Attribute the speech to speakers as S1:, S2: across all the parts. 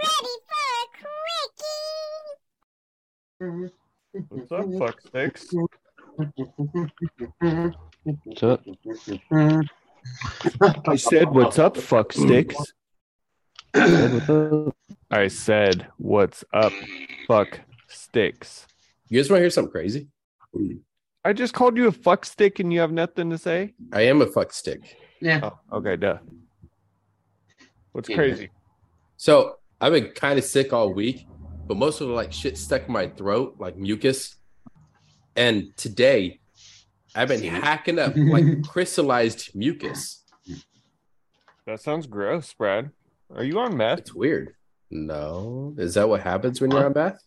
S1: ready for a quickie.
S2: What's up, fuck sticks? I said, "What's up, fuck sticks?" I said, "What's up, fuck sticks?"
S3: You guys want to hear something crazy?
S2: I just called you a fuck stick, and you have nothing to say.
S3: I am a fuck stick.
S4: Yeah.
S2: Oh, okay, duh. What's
S4: Yeah.
S2: crazy?
S3: So I've been kind of sick all week, but most of the like shit stuck in my throat, like mucus. And today, I've been hacking up like crystallized mucus.
S2: That sounds gross, Brad. Are you on meth?
S3: That's weird. No, is that what happens when you're on bath?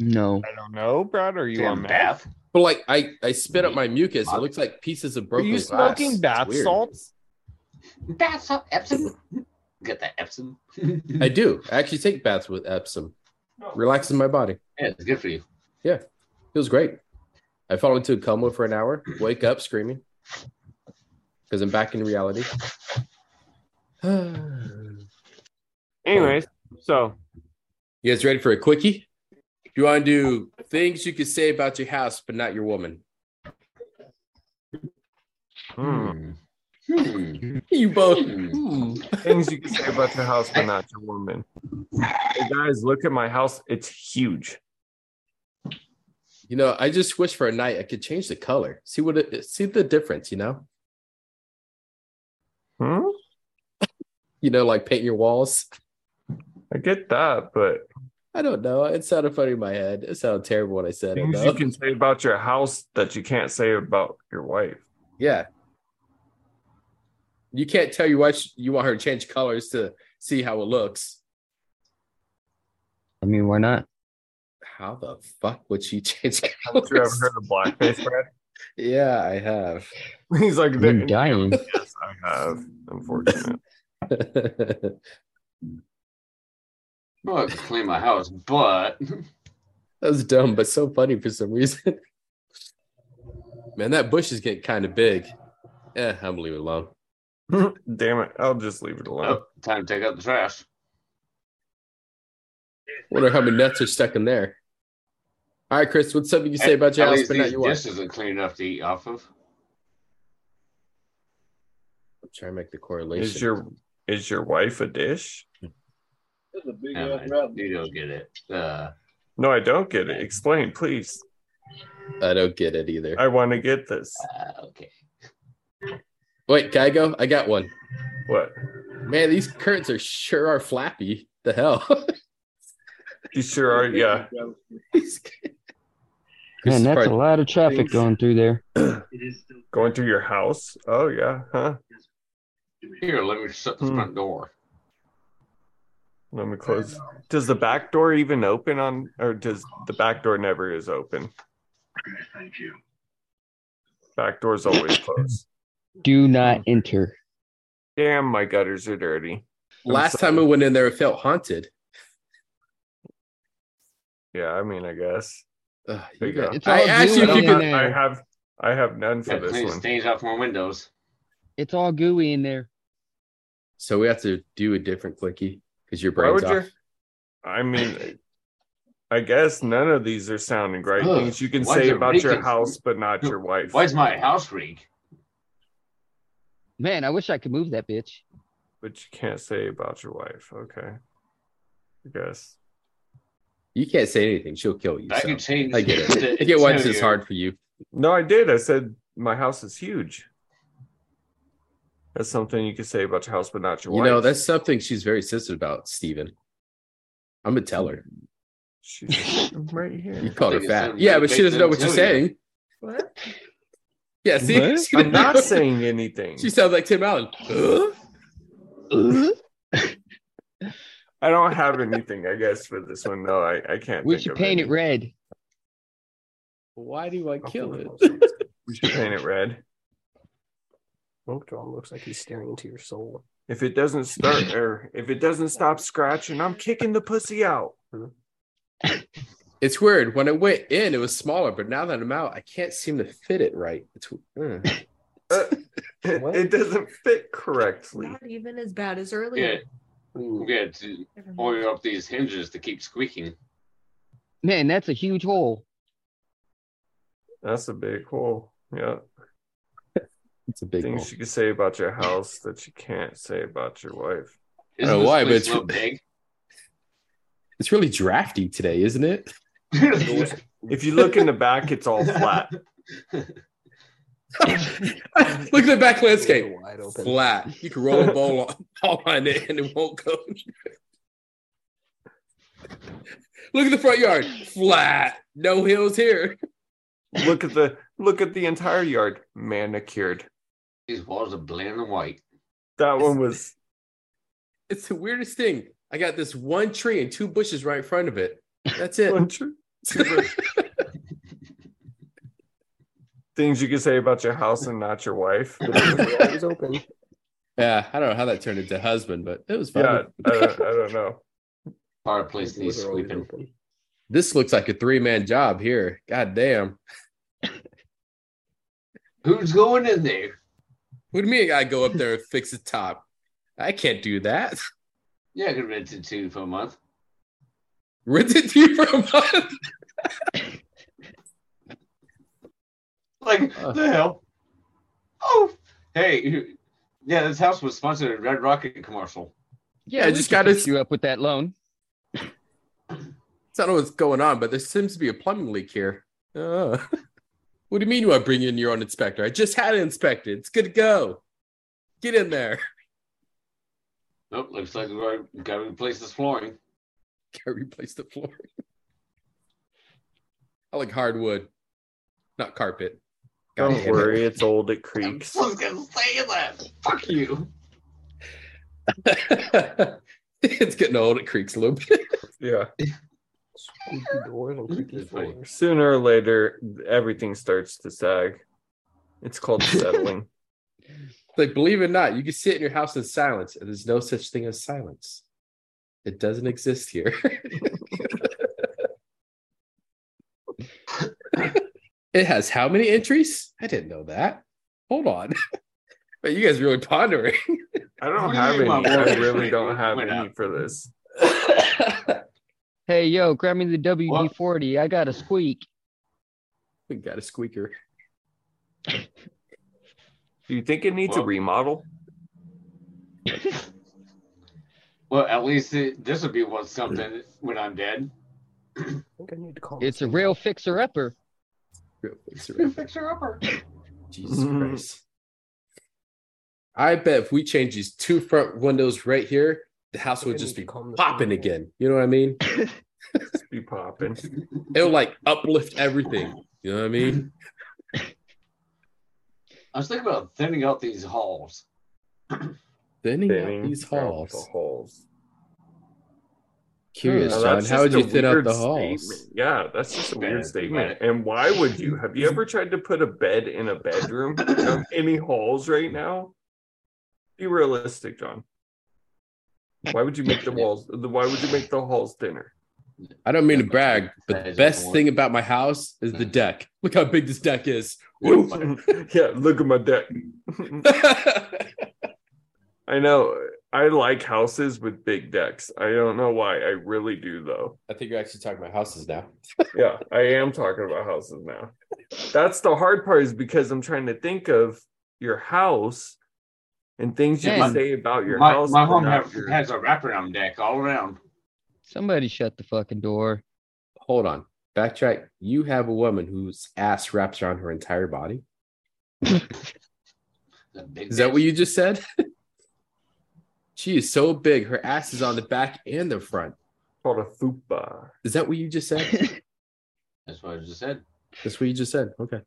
S4: No.
S2: I don't know, Brad. Are you on
S4: Damn
S2: meth?
S4: bath.
S3: But like, I I spit up my mucus. It looks like pieces of
S2: Are
S3: broken
S2: you
S3: glass.
S2: smoking
S3: It's
S2: bath
S3: weird.
S2: salts?
S4: Bath salt Epsom. Get that Epsom. yeah,
S3: I do. I actually take baths with Epsom. Relaxes my body.
S4: it's good for you.
S3: Feels great. I fall into a coma for an hour, wake up screaming because I'm back in reality. you
S2: Anyways, so
S3: guys ready for a quickie? You want to do things you could say about your house, but not your woman?
S2: hmm,
S4: Hmm.
S3: You both.
S2: things you can say about your house, but not your woman. Hey guys, look at my house. It's huge.
S3: You know, I just wish for a night I could change the color. See what it see the difference, you know?
S2: Hmm?
S3: You know, like paint your walls.
S2: I get that, but
S3: I don't know. It sounded funny in my head. It sounded terrible when I said it.
S2: things
S3: though.
S2: you can say about your house that you can't say about your wife.
S3: Yeah. You can't tell your wife you want her to change colors to see how it looks.
S5: I mean, why not?
S3: How the fuck would she change
S2: Have you ever
S3: colors?
S2: heard of blackface, Brad?
S3: Yeah, I have.
S2: He's like,
S5: You're dying.
S2: yes, I have. Unfortunately,
S3: that
S4: Well, I could clean my house, but
S3: was dumb, but so funny for some reason. Man, that bush is getting kind of big. Eh, I'm gonna leave it alone.
S2: damn it, I'll just leave it alone.
S4: oh, time to take out the trash.
S3: Wonder how many nuts are stuck in there. All right, Chris, what's something you say about your
S4: At
S3: house,
S4: least
S3: but not
S4: these
S3: your wife?
S4: dishes are clean enough to eat off of.
S3: I'm trying to make the
S2: Is
S3: correlation.
S2: your is your wife a dish?
S6: That's a big
S4: Yeah,
S6: ass rabbit.
S4: you don't get it. Uh,
S2: No, I don't get it. Explain, please.
S3: I don't get it either.
S2: I want to get this.
S4: uh, okay.
S3: Wait, can I go? I got one.
S2: What?
S3: Man, these curtains are sure are flappy. The hell?
S2: You sure are. Yeah.
S3: These- Chris
S5: Man,
S3: is
S5: that's a
S3: probably-
S5: lot of traffic going through there.
S2: Going through your house? Oh yeah, huh?
S4: Here, let me shut the
S2: Hmm.
S4: front door.
S2: Let me close. Does the back door even open on, or does the back door never is open?
S6: Thank you.
S2: Back door's always closed.
S5: Do not enter.
S2: Damn, my gutters are dirty. I'm
S3: last
S2: sorry.
S3: time I went in there, it felt haunted.
S2: Yeah, I mean, I guess.
S3: Ugh,
S2: There
S3: you
S2: you
S3: got-
S5: It's
S3: I
S5: all
S3: asked you if
S5: gooey
S3: you uh,
S5: in
S3: could.
S2: I
S5: there.
S2: have, I have none for
S4: Yeah,
S2: this
S4: clean
S2: one.
S4: stains off my windows.
S5: It's all gooey in there.
S3: So we have to do a different clicky because your
S2: Why
S3: brain's
S2: would
S3: off.
S2: you? I mean, I guess none of these are sounding right.
S4: Ugh,
S2: Things you can
S4: why'd
S2: say
S4: you
S2: about
S4: make
S2: your
S4: it-
S2: house, but not your wife.
S4: Why's my house reek?
S5: Man, I wish I could move that bitch.
S2: But you can't say about your wife. Okay. I guess.
S3: You can't say anything; she'll kill you.
S4: That
S3: so.
S4: could change.
S3: I get
S4: the
S3: it. I get why this is
S4: interior.
S3: hard for you.
S2: No, I did. I said my house is huge. That's something you could say about your house, but not your
S3: You
S2: wife.
S3: know, that's something she's very sensitive about, Steven. I'm gonna tell her.
S2: She's I'm right
S3: You
S2: here.
S3: called her
S4: think it's
S3: fat.
S4: something
S3: Yeah,
S4: really
S3: but she
S4: big
S3: doesn't know what you're
S4: that's telling
S3: saying. Yeah, see,
S5: What?
S3: She
S2: I'm
S3: doesn't
S2: not
S3: know.
S2: saying anything.
S3: She sounds like Tim Allen. Huh?
S2: I don't have anything, I guess, for this one. No, I, I can't.
S5: We
S2: think
S5: should
S2: of
S5: paint it
S2: any.
S5: red.
S3: Why do I kill it?
S2: We should paint it red.
S7: Mokedron Oh, looks like he's staring into your soul.
S2: If it doesn't start or if it doesn't stop scratching, I'm kicking the pussy out.
S3: It's weird. When I went in, it was smaller, but now that I'm out, I can't seem to fit it right. It's uh.
S2: Uh, it,
S7: What?
S2: it doesn't fit correctly.
S8: Not even as bad as
S4: Yeah,
S8: earlier.
S2: Hmm.
S4: We got to oil up these hinges to keep squeaking.
S5: Man, that's a huge hole.
S2: That's a big hole. Yeah.
S3: It's a big
S2: Things
S3: hole.
S2: you can say about your house that you can't say about your wife.
S3: I don't know
S4: Isn't this
S3: why, but
S4: place
S3: it's-
S4: so big?
S3: It's really drafty today, isn't it?
S2: If you look in the back, it's all flat.
S3: Look at the back landscape.
S7: Wide open.
S3: Flat. You can roll a ball on, ball on it and it won't go. Look at the front yard. Flat. No hills here.
S2: Look at the look at the entire yard manicured.
S4: These walls are bland and white.
S2: That one was
S3: It's the weirdest thing. I got this one tree and two bushes right in front of it. That's it.
S2: things you can say about your house and not your wife.
S7: Door always open.
S3: Yeah, I don't know how that turned into husband, but it was fun.
S2: Yeah, I don't, I don't know.
S4: Fireplace needs
S7: Door always
S4: sweeping.
S7: open.
S3: This looks like a three man job here. God damn.
S4: Who's going in there?
S3: What do you mean I gotta go up there and fix the top? I can't do that.
S4: Yeah, I could rent it to you for a month.
S3: Rent it to you for a month.
S4: Like
S3: Uh.
S4: the hell? Oh, hey, you- yeah. This house was sponsored a Red Rocket commercial.
S3: Yeah,
S5: we
S3: just
S5: can
S3: gotta-
S5: fix you up with that loan.
S3: I don't know what's going on, but there seems to be a plumbing leak here. Uh, what do you mean you want to bring in your own inspector? I just had it inspected. It's good to go. Get in there.
S4: Nope, looks like we already got to replace this flooring.
S3: Gotta replace the floor. I like hardwood, not carpet. God
S2: Don't
S3: damn it.
S2: worry, it's old. It
S4: I'm
S2: creaks.
S4: just gonna say that. Fuck you.
S3: it's getting old. It creaks a little bit.
S2: Yeah.
S7: Squeaky doors and creaky
S4: That's funny.
S7: floors.
S2: Sooner or later, everything starts to sag. It's called settling.
S3: Like, believe it or not, you can sit in your house in silence, and there's no such thing as silence. It doesn't exist here. it has how many entries? I didn't know that. Hold on. But you guys really pondering.
S2: I don't
S4: What do you
S2: have
S4: mean
S2: any.
S4: by
S2: I
S4: boring?
S2: really don't have
S4: Went
S2: any
S4: out.
S2: for this.
S5: Hey, yo, grab me the WD-40. I got a squeak.
S3: we got a squeaker.
S2: Do you think it needs a
S4: Well-
S2: remodel?
S4: Well, at least it, this would be worth something when I'm dead.
S7: I think I need to call.
S5: It's a real fixer-upper.
S3: Real fixer.
S4: Fixer upper.
S3: Jesus
S2: Mhm.
S3: Christ. I bet if we change these two front windows right here, the house would just be popping again. You know what I mean?
S2: Just be popping.
S3: It'll like uplift everything. You know what I mean?
S4: I was thinking about thinning out these halls.
S3: Thinning out
S2: Thinning
S3: these
S2: out
S3: halls.
S2: The halls.
S3: Curious,
S2: Now,
S3: John.
S2: that's
S3: How would
S2: just
S3: you
S2: a
S3: thin out
S2: weird
S3: the halls?
S2: statement. Yeah, that's just a
S4: Man,
S2: weird statement.
S4: man.
S2: And why would you? Have you ever tried to put a bed in a bedroom? Have any halls right now? Be realistic, John. Why would you make the walls? The, why would you make the halls thinner?
S3: I don't mean to brag, but
S4: That
S3: the
S4: is
S3: best
S4: important.
S3: thing about my house is the deck. Look how big this deck is. Woo!
S2: yeah, look at my deck. I know. I like houses with big decks. I don't know why. I really do though.
S3: I think you're actually talking about houses now.
S2: Yeah, I am talking about houses now. That's the hard part is because I'm trying to think of your house and things you
S5: Man.
S2: can say about your
S4: my,
S2: house.
S4: my
S2: but
S4: home
S2: not
S4: have,
S2: your-
S4: has a wraparound deck all around.
S5: Somebody shut the fucking door.
S3: Hold on. Backtrack. You have a woman whose ass wraps around her entire body.
S4: The big
S3: Is that
S4: bitch.
S3: what you just said? she is so big, her ass is on the back and the front.
S2: called a fupa.
S3: Is that what you just said?
S4: That's what I just said.
S3: That's what you just said. Okay.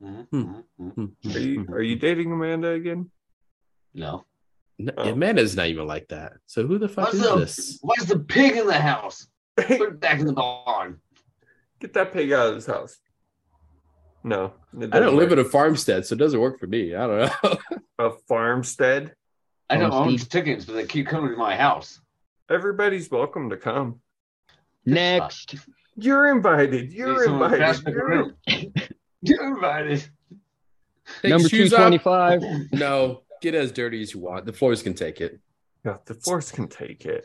S4: Mhm,
S2: Mm-hmm.
S3: Hmm.
S4: mhm, mhm.
S3: Hmm.
S2: Are you, are you dating Amanda again?
S4: No.
S3: No,
S2: Oh.
S3: Amanda's not even like that. So who the fuck
S4: What's
S3: is
S4: up?
S3: this?
S4: Why's the pig in the house?
S2: Hey,
S4: Put it back in the barn.
S2: Get that pig out of this house. No, it
S3: I don't
S2: doesn't
S3: live
S2: work.
S3: in a farmstead, so it doesn't work for me. I don't know.
S2: a farmstead.
S4: I don't
S5: Oh,
S4: own
S5: Steve.
S4: chickens, but they keep coming to my house.
S2: Everybody's welcome to come.
S5: Next.
S2: You're invited.
S4: Need
S2: You're
S4: someone fast
S2: invited.
S4: in the
S2: You're-
S4: room. You're invited.
S3: Take
S5: Number
S3: your shoes off.
S5: 225.
S3: No, get as dirty as you want. The floors can take it.
S2: God, the force can take it.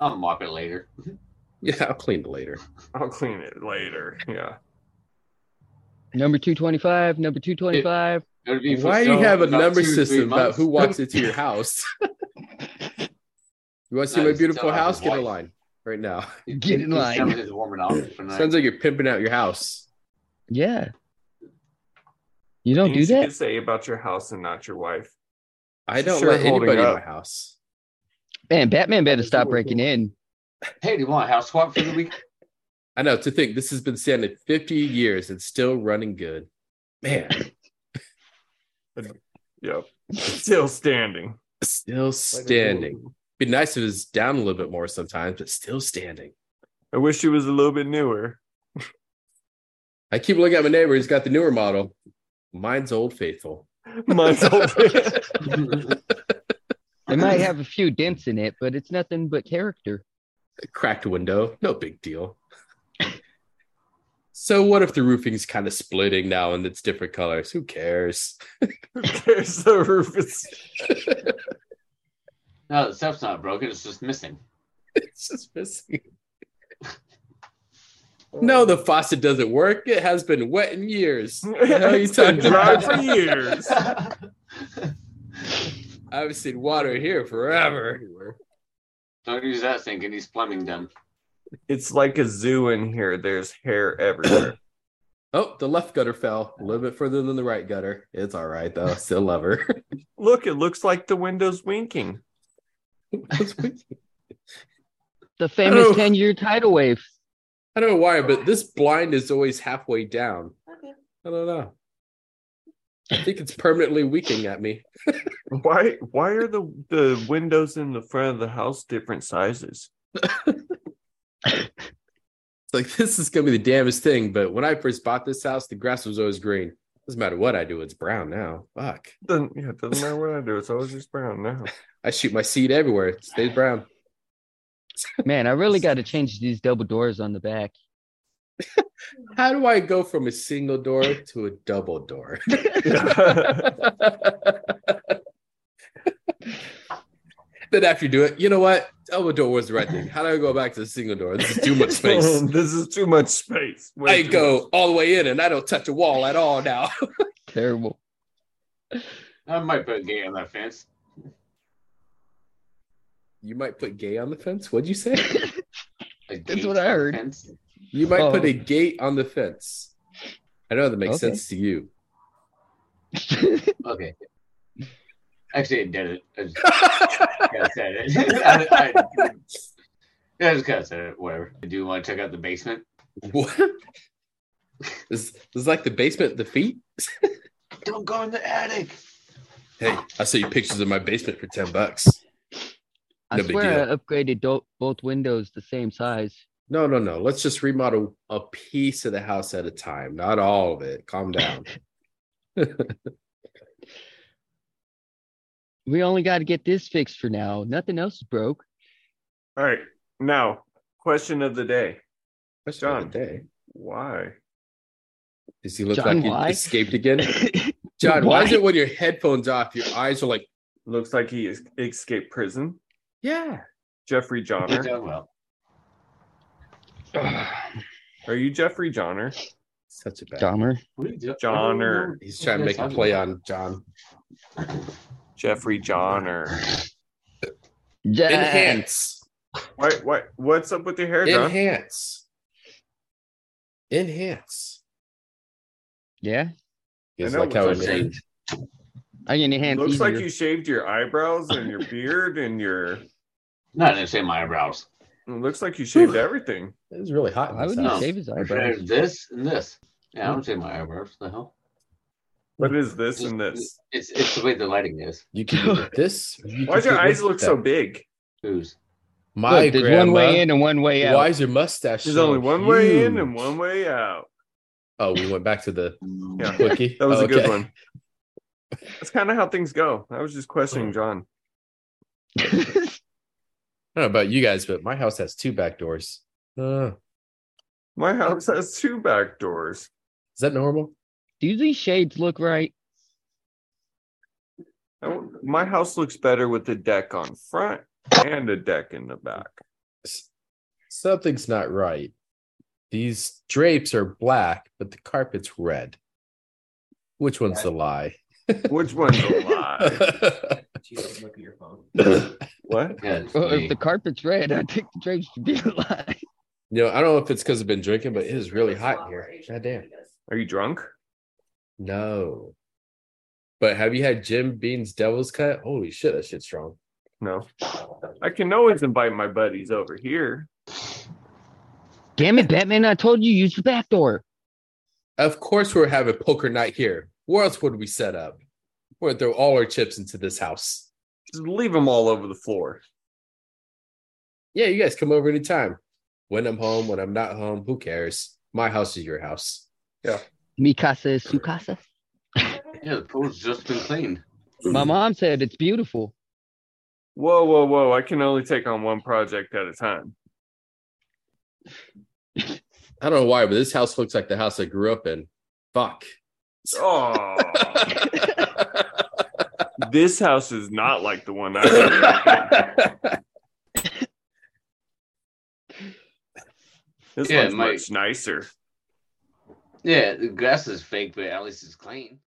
S4: I'll mop it later.
S3: Yeah, I'll clean it later.
S2: I'll clean it later. Yeah.
S5: Number 225, number 225.
S4: It'll be for
S3: Why do you
S4: sale
S3: have a
S4: in about
S3: number
S4: two, three
S3: system about
S4: months.
S3: who walks into your house? you want to see
S4: Nah,
S3: my
S4: just tell
S3: beautiful
S4: him
S3: house? Get in
S4: white.
S3: line right now.
S5: Get in line.
S4: Some of his warming up for night.
S3: Sounds like you're pimping out your house.
S5: Yeah. You don't do
S2: Things You
S5: that?
S2: can say about your house and not your wife.
S3: I don't
S2: Sure,
S3: let
S2: holding
S3: anybody in
S2: up.
S3: my house.
S5: Man, Batman better stop breaking in.
S4: Hey, do you want a house swap for the week?
S3: I know to think this has been standing 50 years and still running good. Man,
S2: Yep. Still standing.
S3: still standing. Be nice if it's down a little bit more sometimes, but still standing.
S2: I wish it was a little bit newer.
S3: I keep looking at my neighbor. He's got the newer model. Mine's old faithful.
S2: Mine's old.
S5: It might have a few dents in it, but it's nothing but character.
S3: cracked window, no big deal. so what if the roofing's kind of splitting now and it's different colors? Who cares?
S2: Who cares? The roof is.
S4: No, the stuff's not broken. It's just missing.
S3: it's just missing. No, the faucet doesn't work. It has been wet in years. The hell are you
S2: It's been
S3: talking
S2: dry
S3: about?
S2: for years.
S3: I've seen water here forever.
S4: Don't use that sink. It needs plumbing done.
S2: It's like a zoo in here. There's hair everywhere.
S3: Oh, the left gutter fell a little bit further than the right gutter. It's all right though. Still love her.
S2: Look, it looks like the window's winking.
S5: The famous
S3: Oh.
S5: 10 year tidal wave.
S3: I don't know why, but this blind is always halfway down. I don't know. I think it's permanently winking at me.
S2: Why? Why are the the windows in the front of the house different sizes?
S3: It's like this is gonna be the damnest thing. But when I first bought this house, the grass was always green. Doesn't matter what I do, it's brown now. Fuck.
S2: Doesn't yeah? Doesn't matter what I do. It's always just brown now.
S3: I shoot my seed everywhere. It stays brown.
S5: Man, I really got to change these double doors on the back.
S3: How do I go from a single door to a double door? then after you do it, you know what? Double door was the right thing. How do I go back to the single door? This is too much space.
S2: this is too much space. Way
S3: I
S2: too
S3: go all the way in and I don't touch a wall at all now.
S5: Terrible.
S4: I might put a gate on that fence.
S3: You might put gay on the fence. What'd you say?
S4: A
S5: That's
S4: gate
S5: what I
S4: on the
S5: heard.
S4: fence.
S3: You might put
S5: Oh.
S3: a gate on the fence. I know that makes
S5: Okay.
S3: sense to you.
S4: Okay. Actually, it did it. I just kind of said it. I, I, yeah, I just kind of said it. Whatever. Do you want to check out the basement?
S3: what? Is is like the basement, the feet?
S4: Don't go in the attic.
S3: Hey, I sell you pictures of my basement for ten bucks.
S5: I
S3: No big
S5: swear I upgraded do- both windows the same size.
S3: No, no, no. Let's just remodel a piece of the house at a time, not all of it. Calm down.
S5: We only got to get this fixed for now. Nothing else is broke.
S2: much. All right. Now, question of the day:
S3: Question of
S2: John.
S3: the day.
S2: Why?
S3: Does he look
S5: John,
S3: like he
S5: why?
S3: escaped again? John, why? is
S5: Why?
S3: it when your headphones off, your eyes are like,
S2: Looks like he es- escaped prison.
S3: yeah.
S2: Jeffrey
S4: You've
S2: Johnner.
S4: done well.
S2: Are you Jeffrey Johnner?
S3: Such a bad
S5: Dahmer.
S4: What are you doing?
S2: John
S4: I don't
S2: or-
S4: know.
S3: He's trying to
S4: What
S3: make
S4: are
S3: a
S4: you
S3: play
S4: talking
S3: on John.
S2: Jeffrey Johnner.
S5: Yeah.
S3: Enhance.
S2: Why? Why? What's up with your hair, John?
S3: Enhance. Enhance.
S5: Yeah.
S2: I
S3: It's
S2: know
S3: like how
S2: what's
S3: it
S4: up,
S3: made.
S5: I can enhance
S2: Looks
S5: easier.
S2: like you shaved your eyebrows and your beard and your. it
S4: Not the same eyebrows.
S2: looks like you shaved everything.
S3: It was really hot. in
S5: Why
S3: this
S5: would you
S4: No.
S5: shave his
S4: I
S5: eyebrows?
S4: shaved this and this. Yeah, I don't shave my eyebrows. The hell?
S2: What is this and this?
S4: It's it's the way the lighting is.
S3: You can do this. or you
S2: Why
S3: can
S2: do your
S3: do
S2: eyes look
S3: that.
S2: so big?
S4: Who's?
S3: My
S5: Look, there's
S3: grandma,
S5: one way in and one way out.
S3: Why is your mustache?
S2: There's
S3: so
S2: only one way in and
S3: huge?
S2: one way out.
S3: Oh, we went back to the
S2: Yeah,
S3: quickie.
S2: that was
S3: Oh,
S2: a good
S3: okay.
S2: one. That's kind of how things go. I was just
S3: Oh.
S2: questioning John.
S3: I don't know about you guys, but my house has two back doors. Uh, is
S2: My house
S3: Oh.
S2: has two back doors.
S3: that normal?
S5: Do these shades look right?
S2: I w- my house looks better with a deck on front and a deck in the back.
S3: Something's not right. These drapes are black, but the carpet's red. Which one's the lie?
S2: Which one's a lie?
S8: Jesus, look at your phone.
S2: What?
S4: Yeah, it's
S5: Well, if
S4: me.
S5: Uh, the carpet's red, I think the drapes should be alive.
S3: You know, I don't know if it's because I've been drinking, but it is really hot here. God damn.
S2: Are you drunk?
S3: No. But have you had Jim Bean's Devil's Cut? Holy shit, that shit's strong.
S2: No. I can always invite my buddies over here.
S5: Damn it, Batman! I told you use the back door.
S3: Of course, we're having poker night here. Where else would we set up? We're gonna throw all our chips into this house.
S2: Just leave them all over the floor.
S3: Yeah, you guys come over anytime. When I'm home, when I'm not home, who cares? My house is your house.
S5: Mi casa es su casa.
S4: Yeah, the pool's just been cleaned.
S5: My mom said it's beautiful.
S2: Whoa, whoa, whoa. I can only take on one project at a time.
S3: I don't know why, but this house looks like the house I grew up in. Fuck.
S2: Oh, this house is not like the one I. This
S4: Yeah,
S2: one's
S4: Mike.
S2: much nicer.
S4: Yeah, the grass is fake, but at least it's clean.